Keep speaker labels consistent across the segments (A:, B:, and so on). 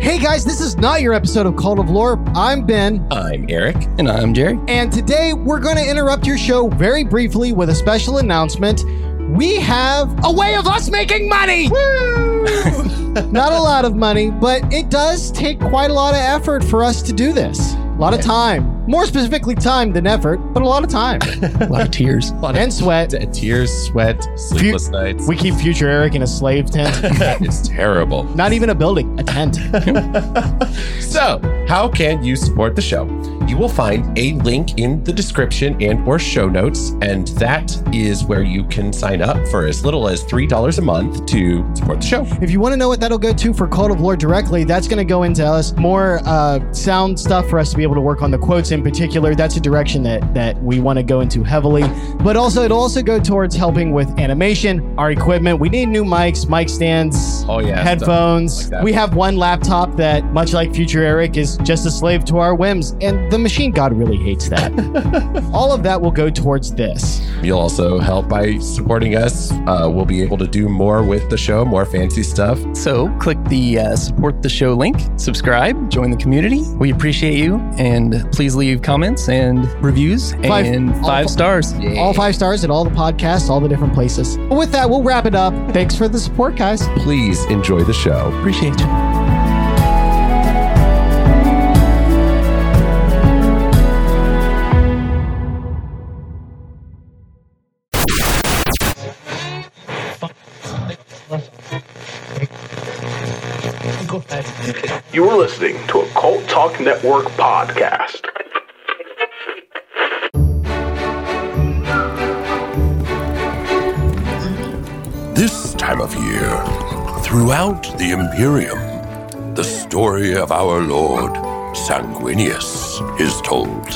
A: Hey guys, this is not your episode of Cult of Lore. I'm Ben,
B: I'm Eric. And I'm Jerry.
A: and today we're going to interrupt your show very briefly with a special announcement. We have oh, a way of us making money! not a lot of money, but it does take quite a lot of effort for us to do this. A lot of time. More specifically, time than effort, but a lot of time
B: A lot of tears. A lot
A: and sweat.
B: tears, sweat, sleepless nights.
A: We keep future Eric in a slave tent.
B: it's terrible.
A: Not even a building, a tent.
B: So, how can you support the show? You will find a link in the description and or show notes, and that is where you can sign up for as little as three dollars a month to support the show.
A: If you want to know what that'll go to for Cult of Lore directly, that's going to go into us more uh, sound stuff for us to be able to work on the quotes in particular. That's a direction that that we want to go into heavily. But also, it'll also go towards helping with animation, our equipment. We need new mics, mic stands.
B: Oh yeah,
A: Headphones.
B: like that.
A: we have one laptop that, much like Future Eric, is just a slave to our whims, and the machine god really hates that. All of that will go towards this.
B: You'll also help by supporting us. Uh, we'll be able to do more with the show, more fancy stuff.
C: So click the uh, support the show link, subscribe, join the community. We appreciate you, and please leave comments and reviews
A: Five-
C: and
A: all
C: five,
A: fi-
C: stars.
A: All five stars at all the podcasts, all the different places. But with that, we'll wrap it up. Thanks for the support, guys.
B: Please enjoy the show.
C: Appreciate you.
D: You are listening to a Cult Talk Network podcast.
E: This time of year, throughout the Imperium, the story of our Lord Sanguinius is told.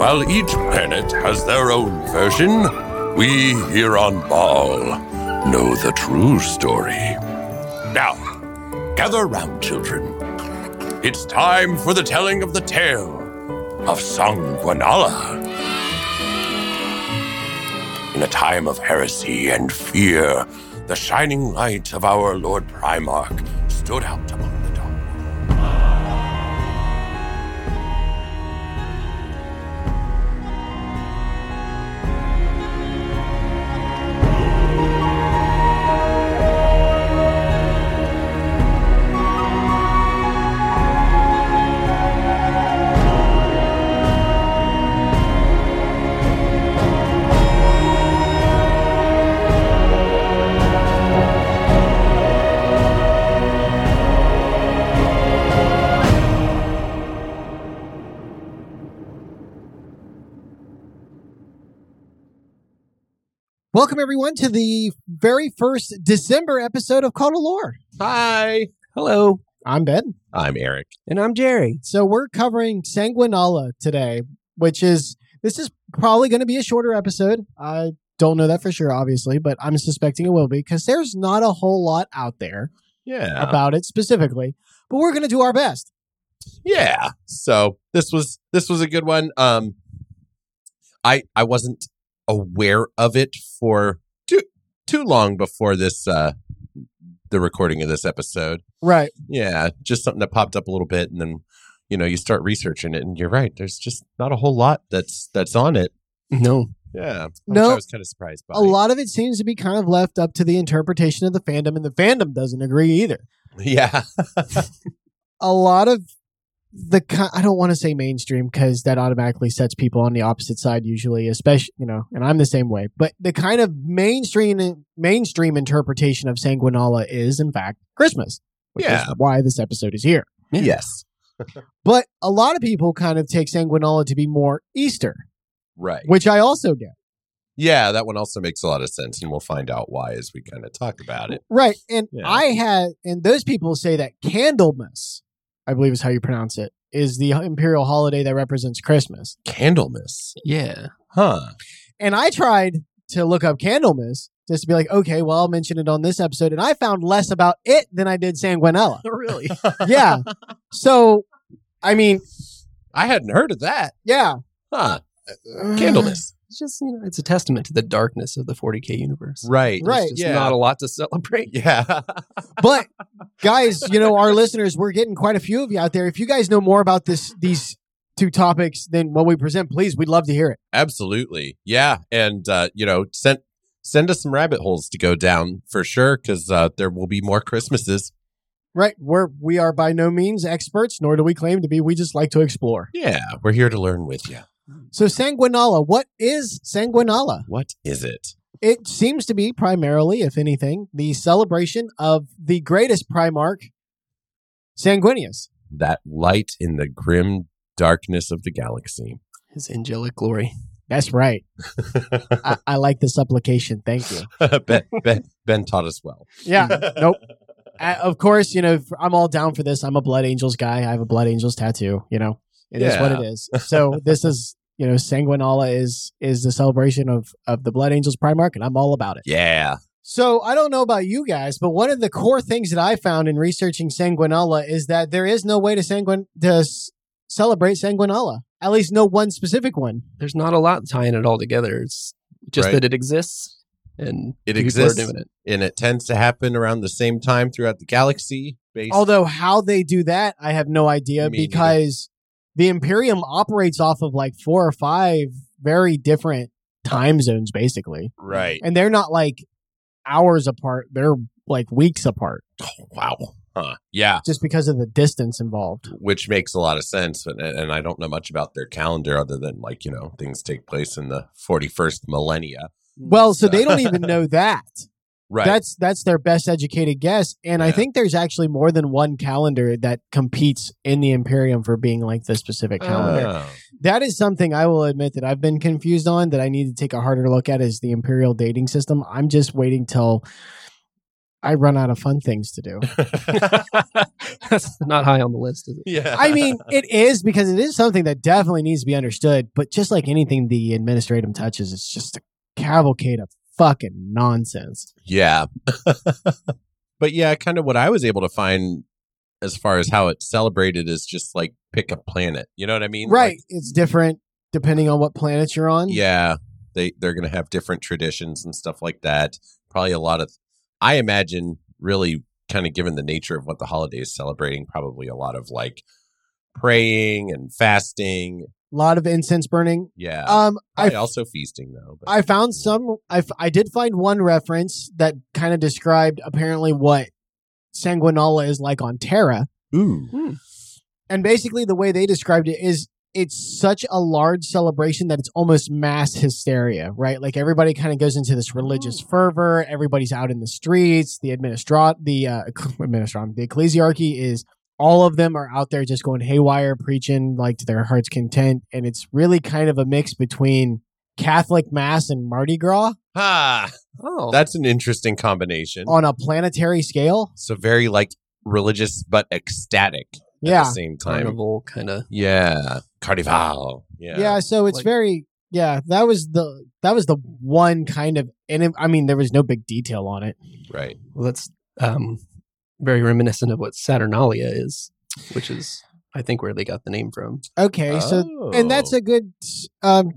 E: While each planet has their own version, we here on Baal know the true story. Now, gather round, children. It's time for the telling of the tale of Sanguinala. In a time of heresy and fear, the shining light of our Lord Primarch stood out among the dark.
A: Welcome, everyone, to the very first December episode of Call to Lore.
B: Hi,
C: Hello,
A: I'm Ben.
B: I'm Eric.
C: and I'm Jerry.
A: So we're covering Sanguinala today, which is, this is probably going to be a shorter episode. I don't know that for sure, obviously, but I'm suspecting it will be because there's not a whole lot out there
C: Uh-huh.
B: Yeah.
A: about it specifically. But we're going to do our best.
B: yeah so this was this was a good one um i i wasn't aware of it for too too long before this uh the recording of this episode
A: Right.
B: yeah just something that popped up a little bit and then you know you start researching it and you're right there's just not a whole lot that's that's on it
C: No,
B: yeah which
A: No.
B: i was kind of surprised by
A: A lot of it seems to be kind of left up to the interpretation of the fandom, and the fandom doesn't agree either.
B: yeah
A: a lot of the ki- I don't want to say mainstream because that automatically sets people on the opposite side usually, especially you know, and I'm the same way. But the kind of mainstream mainstream interpretation of Sanguinala is in fact Christmas, which
B: Yeah.
A: is why this episode is here.
B: yes
A: But a lot of people kind of take Sanguinala to be more Easter,
B: right
A: which I also get.
B: yeah that one also makes a lot of sense and we'll find out why as we kind of talk about it
A: Right. And
B: Yeah.
A: I had, and those people say that Candlemas, I believe is how you pronounce it, is the imperial holiday that represents Christmas.
B: candlemas
C: yeah,
B: huh
A: And I tried to look up Candlemas just to be like, okay, well, I'll mention it on this episode. And I found less about it than I did Sanguinella.
C: really.
A: yeah. So, I mean,
B: i hadn't heard of that
A: yeah.
B: huh Candlemas.
C: It's just, you know, it's a testament to the darkness of the 40K universe.
B: Right.
A: Right,
C: There's just
B: yeah.
C: not a lot to celebrate.
B: Yeah.
A: But guys, you know, our listeners, we're getting quite a few of you out there. If you guys know more about this these two topics than what we present, please, we'd love to hear it.
B: Absolutely. Yeah. And, uh, you know, send, send us some rabbit holes to go down for sure because uh, there will be more Christmases.
A: Right. We're we are by no means experts, nor do we claim to be. We just like to explore.
B: Yeah. We're here to learn with you.
A: So sanguinala, what is sanguinala?
B: What is it?
A: It seems to be primarily, if anything, the celebration of the greatest Primarch, Sanguinius.
B: That light in the grim darkness of the galaxy.
C: His angelic glory.
A: That's right. I, I like the supplication. Thank you.
B: ben, ben, ben taught us well.
A: Yeah. Nope. Uh, of course, you know, if I'm all down for this. I'm a Blood Angels guy. I have a Blood Angels tattoo, you know. it is what
B: Yeah.
A: it is. So this is, you know, Sanguinala is is the celebration of of the Blood Angels Primarch and I'm all about it.
B: Yeah.
A: So I don't know about you guys, but one of the core things that I found in researching Sanguinala is that there is no way to sanguin to s- celebrate Sanguinala. At least no one specific one.
C: There's not a lot tying it all together. It's just
B: Right.
C: that it exists and
B: It
C: people are
B: exists.
C: doing it.
B: And it tends to happen around the same time throughout the galaxy. Based
A: Although how they do that, I have no idea
B: Me neither.
A: because the Imperium operates off of like four or five very different time zones, basically,
B: right.
A: and they're not like hours apart; they're like weeks apart,
B: Oh, wow. Huh. Yeah.
A: just because of the distance involved.
B: Which makes a lot of sense. And, and I don't know much about their calendar other than, like, you know, things take place in the 41st millennia.
A: Well, so they don't even know that.
B: Right.
A: That's that's their best educated guess, and I
B: Yeah.
A: think there's actually more than one calendar that competes in the Imperium for being like the specific calendar.
B: Oh.
A: that is something I will admit that I've been confused on that I need to take a harder look at is the imperial dating system. I'm just waiting till I run out of fun things to do.
C: That's not high on the list, is it?
B: yeah.
A: I mean, it is because it is something that definitely needs to be understood, but just like anything the administratum touches, it's just a cavalcade of fucking nonsense.
B: Yeah. but yeah, kind of what I was able to find as far as how it's celebrated is just like pick a planet. You know what I mean?
A: Right. It's different depending on what planet you're on.
B: Like, yeah. They they're gonna have different traditions and stuff like that. Probably a lot of I imagine really kind of given the nature of what the holiday is celebrating, probably a lot of like praying and fasting.
A: A lot of incense burning.
B: Yeah.
A: Um, I
B: Probably also feasting though. But.
A: I found some. I, f- I did find one reference that kind of described apparently what Sanguinala is like on Terra.
B: Ooh.
A: And basically, the way they described it is it's such a large celebration that it's almost mass hysteria, right? Like everybody kind of goes into this religious fervor. Everybody's out in the streets. The administrat, the uh, administrat, the ecclesiarchy is all of them are out there just going haywire, preaching like to their heart's content. And it's really kind of a mix between Catholic mass and Mardi Gras.
B: Ha!
C: Oh.
B: That's an interesting combination.
A: on a planetary scale.
B: So very like religious but ecstatic at
A: Yeah.
B: the same time.
C: carnival kind of
B: Yeah. Carnival.
A: yeah.
B: Yeah.
A: So it's
C: Like-
A: very yeah. That was the that was the one kind of and it, I mean there was no big detail on it.
B: Right.
C: Well, that's um, very reminiscent of what Saturnalia is, which is, I think, where they got the name from.
A: Okay. So and
B: Oh.
A: that's a good. Um,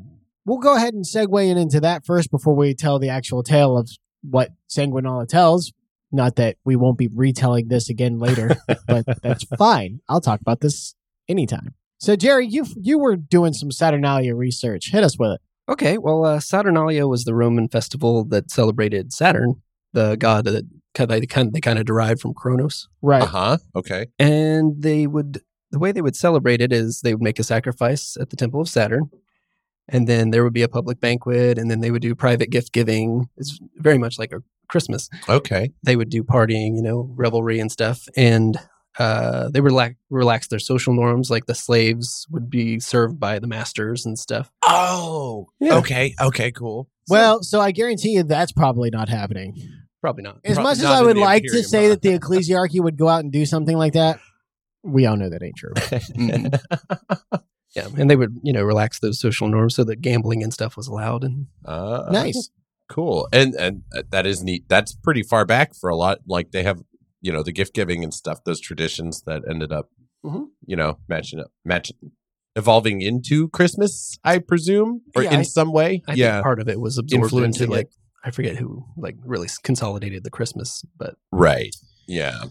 A: we'll go ahead and segue in into that first before we tell the actual tale of what Sanguinala tells. Not that we won't be retelling this again later, but that's fine. I'll talk about this anytime. So Jerry, you you were doing some Saturnalia research. Hit us with it.
C: Okay, well, uh, Saturnalia was the Roman festival that celebrated Saturn, the god that kind of, they kind of, they kind of derived from Kronos.
A: Right.
B: uh huh. Okay.
C: And they would, the way they would celebrate it is they would make a sacrifice at the temple of Saturn, and then there would be a public banquet, and then they would do private gift giving. It's very much like a Christmas.
B: Okay.
C: they would do partying, you know, revelry and stuff, and uh, they relax relax their social norms. Like the slaves would be served by the masters and stuff.
B: Oh.
C: Yeah.
B: Okay. Okay. Cool.
A: Well, so I guarantee you that's probably not happening.
C: Probably not.
A: As
B: Pro-
A: much as
B: not
A: I
B: in
A: would
B: the
A: like to
B: Imperium,
A: say
B: huh?
A: that the ecclesiarchy would go out and do something like that, we all know that ain't true.
C: Mm. yeah, and they would you know relax those social norms so that gambling and stuff was allowed. And
B: Uh,
A: nice.
B: Cool. And and uh, that is neat. That's pretty far back for a lot. Like they have, you
A: Mm-hmm.
B: know, the gift giving and stuff. Those traditions that ended up,
C: Mhm.
B: you know, matching up, matching, evolving into Christmas, I presume, or
C: Yeah,
B: in
C: I-
B: some way.
C: I
B: yeah.
C: think part of it was absorbed
B: Influencing
C: into
B: it.
C: like I forget who like really s- consolidated the Christmas, but
B: Right. Yeah.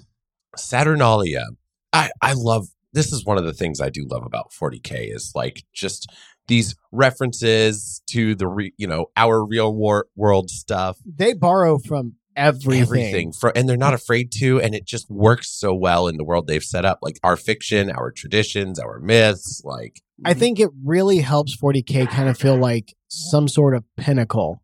B: Saturnalia. I I love this is one of the things I do love about 40K is like just these references to the re, you know our real war, world stuff
A: They borrow from everything.
B: everything from and they're not afraid to and it just works so well in the world they've set up like our fiction our traditions our myths like
A: I think it really helps 40K kind of feel like some sort of pinnacle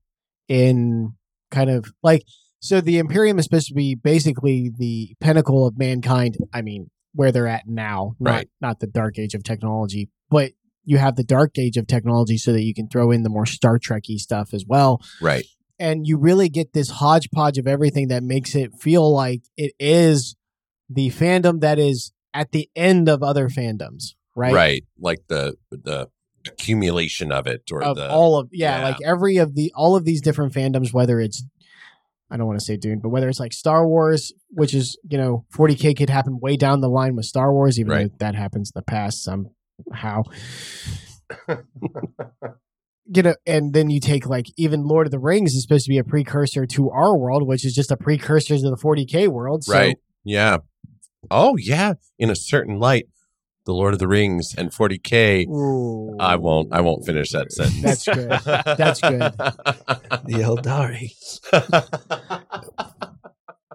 A: in kind of like so the Imperium is supposed to be basically the pinnacle of mankind. I mean, where they're at now, not,
B: Right.
A: not the dark age of technology, but you have the dark age of technology so that you can throw in the more Star Trekky stuff as well
B: right
A: and you really get this hodgepodge of everything that makes it feel like it is the fandom that is at the end of other fandoms, right?
B: right, like the the accumulation of it or
A: Of
B: the
A: all of yeah,
B: yeah.
A: like every of the all of these different fandoms, whether it's I don't want to say Dune, but whether it's like Star Wars, which is you know 40k could happen way down the line with Star Wars, even
B: Right.
A: though that happens in the past somehow. you know, and then you take like even Lord of the Rings is supposed to be a precursor to our world, which is just a precursor to the 40k world. So
B: Right. Yeah. Oh yeah. In a certain light, The Lord of the Rings and 40k.
A: Ooh.
B: I won't. I won't finish that
A: That's
B: sentence.
A: good. That's good.
C: the Eldari.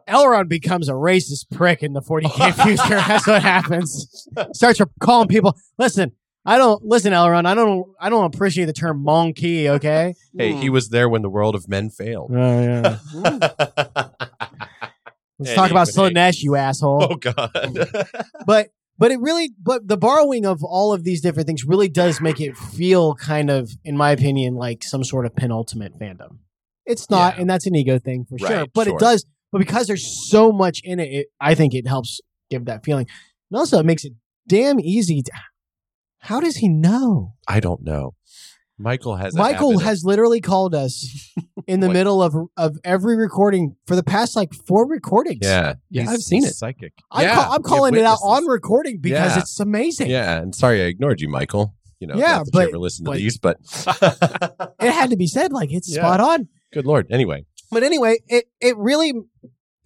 A: Elrond becomes a racist prick in the 40k future. That's what happens. Starts calling people. Listen, I don't listen, Elrond. I don't. I don't appreciate the term monkey. Okay.
B: hey, he was there when the world of men failed.
A: yeah. Let's talk about
B: Anyway.
A: Slanesh, you asshole.
B: oh God.
A: but but it really but the borrowing of all of these different things really does make it feel kind of in my opinion like some sort of penultimate fandom it's not
B: Yeah.
A: and that's an ego thing for sure
B: Right,
A: but
B: sure.
A: it does but because there's so much in it, it i think it helps give that feeling and also it makes it damn easy to, how does he know
B: I don't know. Michael has. a
A: michael
B: habit of-
A: has literally called us in the
B: What?
A: middle of of every recording for the past like four recordings
B: Yeah.
C: Yeah,
B: He's
C: I've seen it.
B: Psychic.
A: I'm,
B: yeah,
A: call- I'm
B: you've
A: calling it out
B: witnessed
A: on recording because
B: Yeah.
A: it's amazing
B: this. Yeah, and sorry I ignored you, Michael. You know,
A: Yeah,
B: not that
A: but-
B: you ever listen to
A: but-
B: these, but
A: it had to be said like it's
B: Yeah.
A: spot on
B: good lord. Anyway,
A: but anyway it it really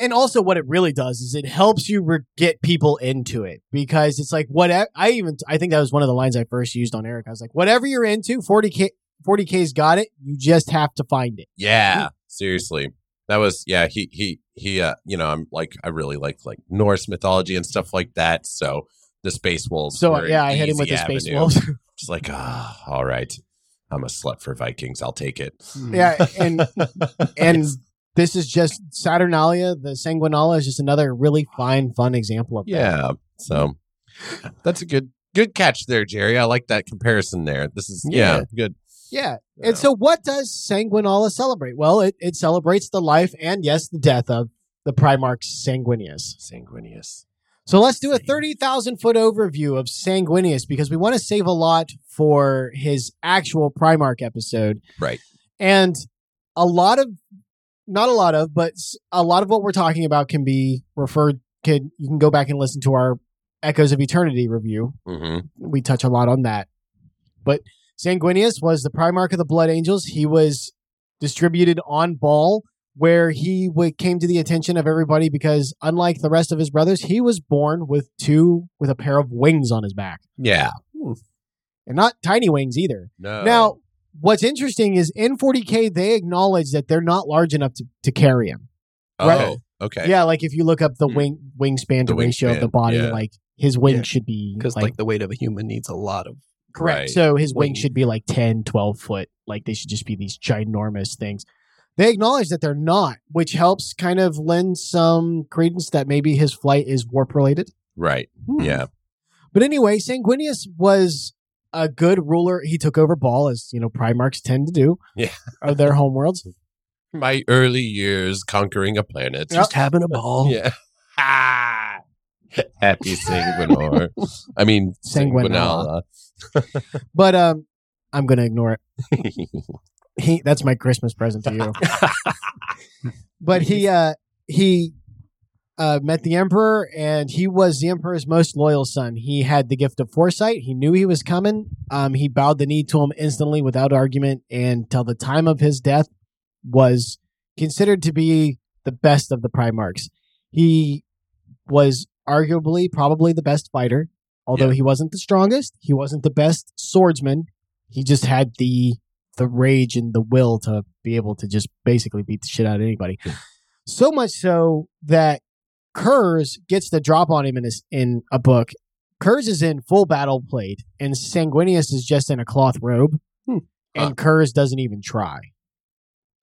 A: and also what it really does is it helps you re- get people into it because it's like what I I even i think that was one of the lines i first used on eric i was like whatever you're into 40k 40k's got it you just have to find it
B: Yeah, seriously. That was yeah. He he he. Uh, you know, I'm like I really like like Norse mythology and stuff like that. So the space wolves.
A: so
B: were an
A: yeah i hit him with
B: easy
A: the space
B: avenue.
A: wolves
B: Just like ah, all right. I'm a slut for Vikings. I'll take it.
A: yeah and and this is just saturnalia the sanguinala is just another really fine fun example of that.
B: Yeah. So that's a good good catch there, Jerry. I like that comparison there. This is yeah,
C: Yeah.
B: good.
A: yeah And so, what does Sanguinala celebrate? Well, it, it celebrates the life and, yes, the death of the Primarch Sanguinius.
B: Sanguinius.
A: So, let's do a 30,000 foot overview of Sanguinius because we want to save a lot for his actual Primarch episode.
B: Right.
A: And a lot of, not a lot of, but s- a lot of what we're talking about can be referred, can, you can go back and listen to our Echoes of Eternity review
B: Mm-hmm.
A: we touch a lot on that. But Sanguinius was the Primarch of the Blood Angels. He was distributed on Ball, where he w- came to the attention of everybody because, unlike the rest of his brothers, he was born with two with a pair of wings on his back,
B: Yeah.
A: and not tiny wings either.
B: No.
A: Now, what's interesting is in 40k they acknowledge that they're not large enough to, to carry him.
B: Oh.
A: right.
B: Okay.
A: Yeah, like if you look up the
B: Hmm.
A: wing wingspan to
B: The
A: ratio of the
B: wingspan,
A: body,
B: yeah.
A: like his wing
C: Yeah.
A: should be
C: because like the weight of a human needs a lot of
A: Correct.
B: Right.
A: So his
C: Wing.
A: wings should be like 10, 12 foot. Like they should just be these ginormous things. They acknowledge that they're not, which helps kind of lend some credence that maybe his flight is warp related. Hmm.
B: Right. Yeah.
A: But anyway, Sanguinius was a good ruler. He took over Ball, as you know, Primarchs tend to do
B: Yeah.
A: of their homeworlds.
B: My early years conquering a planet.
C: just having a
A: Oh.
C: ball.
B: Yeah. Ah. Happy sanguinor. I mean,
A: Sanguinala.
B: sanguinala.
A: But um, I'm gonna ignore it. He that's my Christmas present to you. but he uh he uh, met the emperor, and he was the emperor's most loyal son. He had the gift of foresight. He knew he was coming. Um, he bowed the knee to him instantly without argument, and till the time of his death, was considered to be the best of the primarchs. He was arguably probably the best fighter, although he wasn't the strongest. He wasn't the best swordsman. He just had the the rage and the will to be able to just basically beat the shit out of anybody. So much so that Kurz gets the drop on him in his, in a book. Kurz is in full battle plate, and Sanguinius is just in a cloth robe,
C: Hmm.
B: Uh,
A: and Kurz doesn't even try.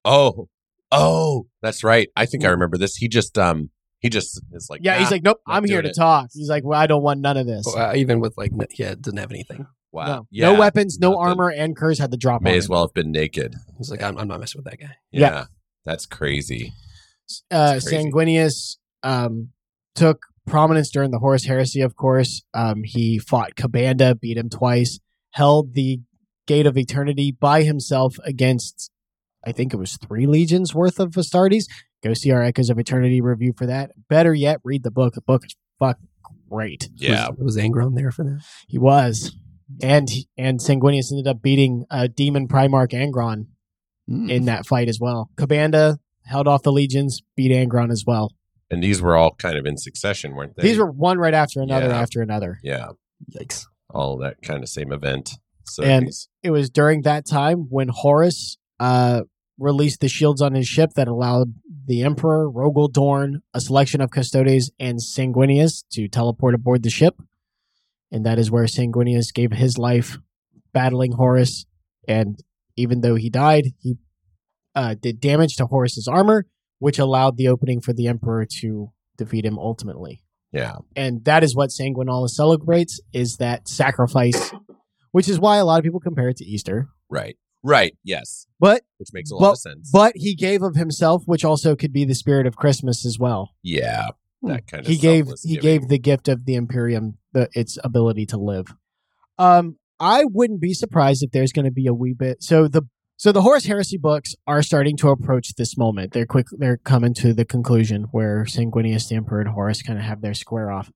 B: Oh, oh, that's right. I think I remember this. He just um he just is like "Ah,
A: yeah, he's
B: "Nah."
A: like, nope,
B: not
A: I'm here to
B: doing it."
A: talk. He's like, well, I don't want none of this.
C: Well, uh, even with like, n- yeah, doesn't have anything.
B: wow
A: no.
B: uh, yeah.
A: no weapons, no
B: nothing.
A: armor, and Kurz had the drop.
B: May
A: on
B: as
A: him.
B: well have been naked.
C: He's like, I'm, I'm not messing with that guy.
A: Yeah.
B: Yeah, that's crazy.
A: Uh,
B: It's crazy.
A: Sanguinius um, took prominence during the Horus Heresy. Of course, um, he fought Cabanda, beat him twice, held the Gate of Eternity by himself against, I think it was three legions worth of Astartes. Go see our Echoes of Eternity review for that. Better yet, read the book. The book is fuck great.
B: Yeah,
C: Was, was Angron there for that?
A: He was. And and Sanguinius ended up beating uh, Demon Primarch Angron
B: Mm,
A: in
B: Mm-hmm.
A: that fight as well. Cabanda held off the legions, beat Angron as well.
B: and these were all kind of in succession, weren't they?
A: These were one right after another
B: Yeah.
A: after another.
B: yeah,
C: Yikes.
B: all that kind of same event. So
A: And-
B: these-
A: It was during that time when Horus uh, released the shields on his ship that allowed the Emperor, Rogel Dorn, a selection of Custodes, and Sanguinius to teleport aboard the ship. And that is where Sanguinius gave his life battling Horus. And even though he died, he uh, did damage to Horus's armor, which allowed the opening for the Emperor to defeat him ultimately.
B: yeah,
A: and that is what Sanguinola celebrates is that sacrifice, which is why a lot of people compare it to Easter.
B: right, right, yes,
A: But
B: which makes a lot of sense.
A: but he gave of himself, which also could be the spirit of Christmas as well.
B: yeah, that kind of
A: Hmm. he gave
B: selfless
A: he
B: giving.
A: gave the gift of the Imperium the, its ability to live. Um, I wouldn't be surprised if there's going to be a wee bit. So the so the Horus Heresy books are starting to approach this moment. They're quick. They're coming to the conclusion where Sanguinius, the Emperor, and Horus kind of have their square off.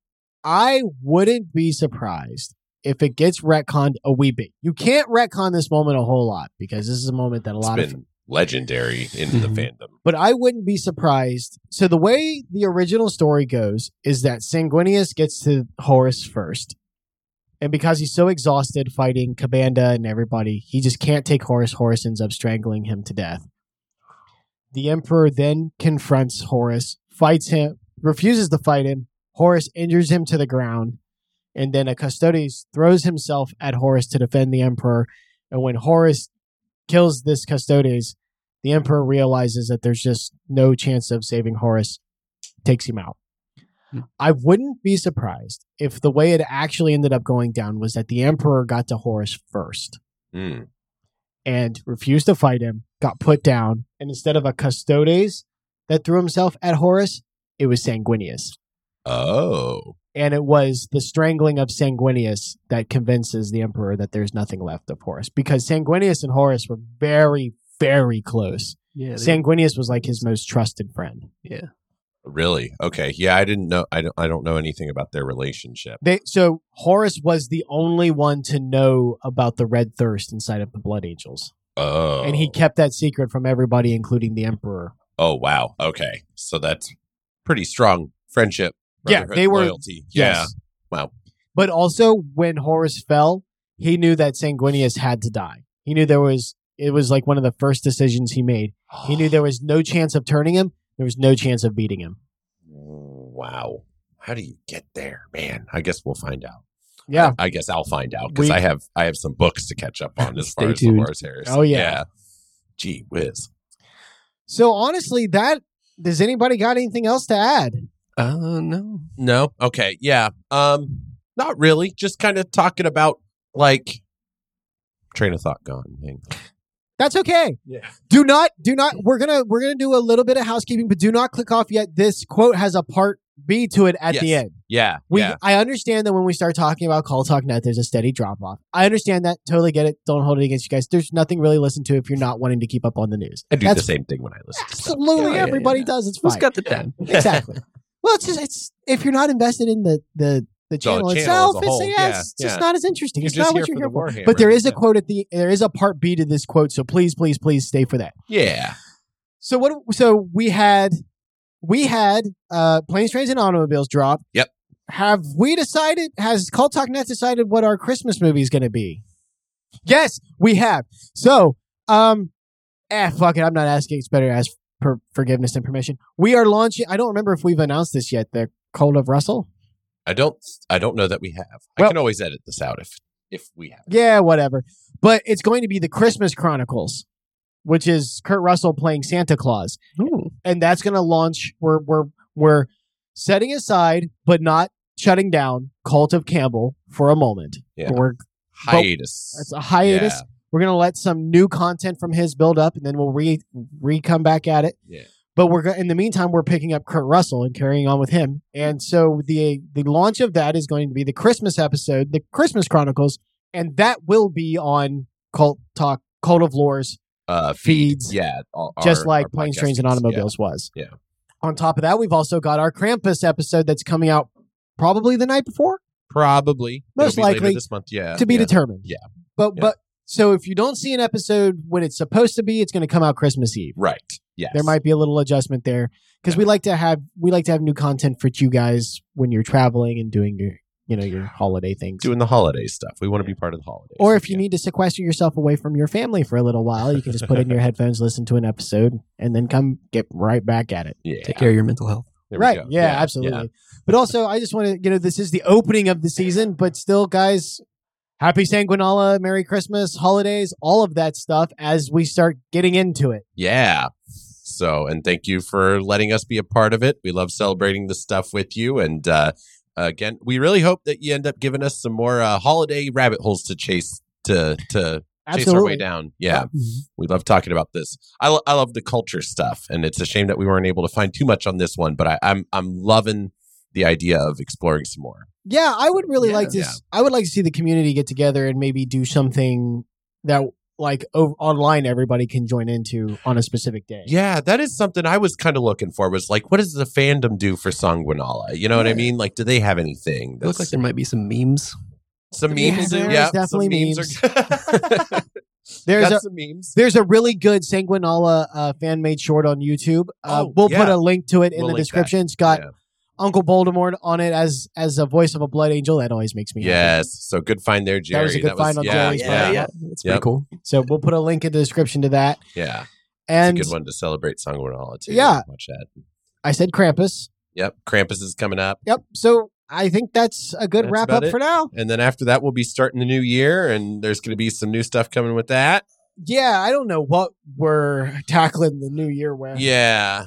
A: I wouldn't be surprised if it gets retconned a wee bit. You can't retcon this moment a whole lot because this is a moment that a lot
B: it's
A: of
B: been legendary in the
C: Mhm.
B: fandom.
A: but I wouldn't be surprised. So the way the original story goes is that Sanguinius gets to Horus first. And because he's so exhausted fighting Cabanda and everybody, he just can't take Horus. Horus ends up strangling him to death. The Emperor then confronts Horus, fights him, refuses to fight him. Horus injures him to the ground. And then a Custodes throws himself at Horus to defend the Emperor. And when Horus kills this Custodes, the Emperor realizes that there's just no chance of saving Horus, takes him out.
C: Hmm.
A: I wouldn't be surprised if the way it actually ended up going down was that the Emperor got to Horus first
B: Mm,
A: and refused to fight him, got put down, and instead of a Custodes that threw himself at Horus, it was Sanguinius.
B: Oh,
A: And it was the strangling of Sanguinius that convinces the Emperor that there's nothing left of Horus because Sanguinius and Horus were very, very close.
C: Yeah. they-
A: Sanguinius was like his most trusted friend.
B: really? Okay, yeah, I didn't know. I don't. I don't know anything about their relationship.
A: They so Horus was the only one to know about the red thirst inside of the Blood Angels,
B: Oh,
A: and he kept that secret from everybody, including the Emperor.
B: Oh wow. Okay. So that's pretty strong friendship.
A: Yeah,
B: brotherhood,
A: they were-
B: loyalty. Yeah.
A: Yes.
B: Wow.
A: But also, when Horus fell, he knew that Sanguinius had to die. He knew there was it was like one of the first decisions he made. He knew there was no chance of turning him. There was no chance of beating him.
B: Wow. How do you get there, man? I guess we'll find out.
A: Yeah.
B: I guess I'll find out because
A: We-
B: I have I have some books to catch up on as
C: Stay
B: far as
C: tuned.
B: the Horus Heresy.
A: Oh, yeah.
B: Gee whiz.
A: So honestly, that does anybody got anything else to add?
C: Uh, no.
B: No. Okay. Yeah. Um. Not really. Just kind of talking about like train of thought gone. Hang on.
A: That's okay.
B: Yeah.
A: Do not, do not. We're gonna, we're gonna do a little bit of housekeeping, but do not click off yet. This quote has a part B to it at the
B: Yes.
A: end.
B: Yeah.
A: We,
B: yeah.
A: I understand that when we start talking about Call Talk Net, there's a steady drop off. I understand that. Totally get it. Don't hold it against you guys. There's nothing really to listen to if you're not wanting to keep up on the news.
B: I do the
A: That's
B: same thing when I listen. To stuff.
A: absolutely
B: Yeah, yeah,
A: everybody
B: yeah.
A: does. It's
C: Who's
A: fine.
C: got the time?
A: exactly. Well, it's just it's if you're not invested in the the the channel,
B: channel as
A: itself,
B: a
A: it's,
B: whole,
A: yeah,
B: yeah,
A: it's
B: yeah.
A: just not as interesting.
B: You're
A: it's
B: just
A: not
B: here
A: what you're
B: for
A: here for.
B: the Warhammer,
A: But there is a
B: yeah.
A: quote at the there is a part B to this quote, so please, please, please stay for that.
B: Yeah.
A: So what? So we had, we had uh planes, trains, and automobiles drop.
B: Yep.
A: Have we decided? Has Cult Talk Net decided what our Christmas movie is going to be? Yes, we have. So, um, eh, fuck it. I'm not asking. It's better to ask for forgiveness and permission. We are launching. I don't remember if we've announced this yet. The Cult of Russell.
B: I don't I don't know that we have. I
A: Well-
B: can always edit this out if if we have.
A: Yeah, whatever. But it's going to be the Christmas Chronicles, which is Kurt Russell playing Santa Claus.
C: Ooh.
A: and that's going to launch. We're we're we're setting aside, but not shutting down Cult of Campbell for a moment.
B: Yeah.
A: We're
B: Hiatus. uh,
A: it's a hiatus.
B: Yeah.
A: We're going to let some new content from his build up, and then we'll re re come back at it.
B: Yeah.
A: But we're go- in the meantime, we're picking up Kurt Russell and carrying on with him. And so the the launch of that is going to be the Christmas episode, the Christmas Chronicles, and that will be on Cult Talk, Cult of Lore's
B: uh,
A: feeds
B: Yeah, all-
A: just
B: our-
A: like
B: our
A: planes,
B: podcast
A: trains, and
B: feeds,
A: automobiles was.
B: Yeah.
A: On top of that, we've also got our Krampus episode that's coming out probably the night before,
B: yeah. probably
A: Most
B: It'll be later
A: likely
B: this month. Yeah,
A: to be
B: yeah.
A: determined.
B: Yeah.
A: But
B: Yeah.
A: but so if you don't see an episode when it's supposed to be, it's going to come out Christmas Eve.
B: right. Yes,
A: There might be a little adjustment there because we like to have we like to have new content for you guys when you're traveling and doing your you know your holiday things.
B: doing the holiday stuff. We want to be part of the holidays.
A: or if you
B: Yeah.
A: need to sequester yourself away from your family for a little while, you can just put in your headphones, listen to an episode, and then come get right back at it.
B: yeah,
C: Take care of your mental health.
B: There we
A: right.
B: go.
A: Yeah, absolutely. But also, I just want to, you know, this is the opening of the season, but still, guys, happy Sanguinala, Merry Christmas, holidays, all of that stuff as we start getting into it.
B: Yeah. So, and thank you for letting us be a part of it. We love celebrating this stuff with you. And uh, again, we really hope that you end up giving us some more uh, holiday rabbit holes to chase to to chase our
A: Absolutely.
B: way
A: Uh,
B: down. Yeah, we love talking about this. I, lo- I love the culture stuff, and it's a shame that we weren't able to find too much on this one. But I, I'm I'm loving the idea of exploring some more.
A: Yeah, I would really like to.
B: Yeah.
A: s- I would like to see the community get together and maybe do something that like o- online everybody can join into on a specific day.
B: Yeah, that is something I was kind of looking for. Was like, what does the fandom do for Sanguinala? You know what I
C: Yeah.
B: mean? Like, do they have anything?
C: It looks like there might be some memes.
B: Some
A: Yeah,
B: memes,
A: there's
B: yeah,
A: definitely
B: some memes. Are-
A: There's
B: Got
A: a,
B: some memes.
A: there's a really good Sanguinala uh, fan made short on YouTube. Uh,
B: Oh,
A: we'll put
B: yeah.
A: a link to it in
B: We'll
A: the
B: link that.
A: description. It's got
B: Yeah.
A: Uncle Voldemort on it as as a voice of a blood angel. That always makes me happy.
B: Yes, so good find there, Jerry.
A: That was a good find on
B: yeah,
A: Jerry's
B: yeah,
A: part.
B: yeah,
C: That's
B: Yep.
C: pretty cool.
A: So we'll put a link in the description to that.
B: yeah. It's a
A: And
B: good one to celebrate Sanguinala too.
A: Yeah.
B: watch that.
A: I said Krampus.
B: Yep, Krampus is coming up,
A: Yep. So I think that's a good
B: That's
A: wrap
B: about
A: up
B: it.
A: for now.
B: and then after that, we'll be starting the new year, and there's going to be some new stuff coming with that.
A: Yeah, I don't know what we're tackling the new year with.
B: Yeah,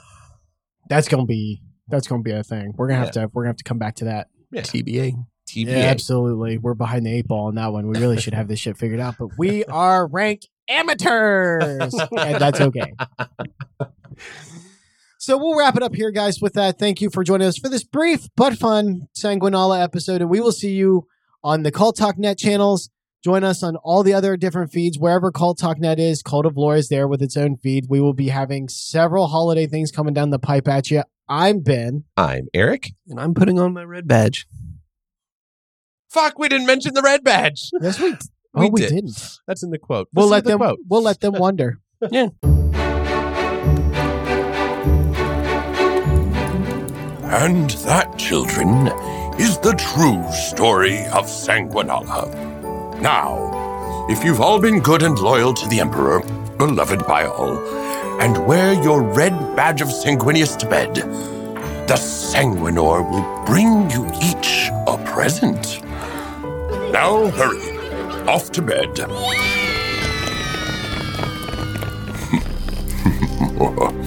A: That's gonna be that's gonna be a thing. We're gonna have to we're gonna have to come back to that.
B: Yeah.
C: TBA.
B: TBA.
A: Yeah, absolutely. We're behind the eight ball on that one. We really should have this shit figured out, but we are ranked amateurs, and that's okay. So we'll wrap it up here, guys, with that. Thank you for joining us for this brief but fun Sanguinala episode, and we will see you on the Cult Talk Net channels. Join us on all the other different feeds, wherever Cult Talk Net is. Cult of Lore is there with its own feed. We will be having several holiday things coming down the pipe at you. I'm Ben.
B: I'm Eric.
C: And I'm putting on my red badge.
B: Fuck, we didn't mention the red badge.
A: Yes, we. Oh,
B: We
A: we
B: did.
A: didn't.
B: That's in the quote.
A: We'll
B: Listen
A: let
B: to the
A: them.
B: quote.
A: We'll let them wonder.
E: And that, children, is the true story of Sanguinala. Now, if you've all been good and loyal to the Emperor, beloved by all, and wear your red badge of Sanguinius to bed, the Sanguinor will bring you each a present. Now, hurry, off to bed.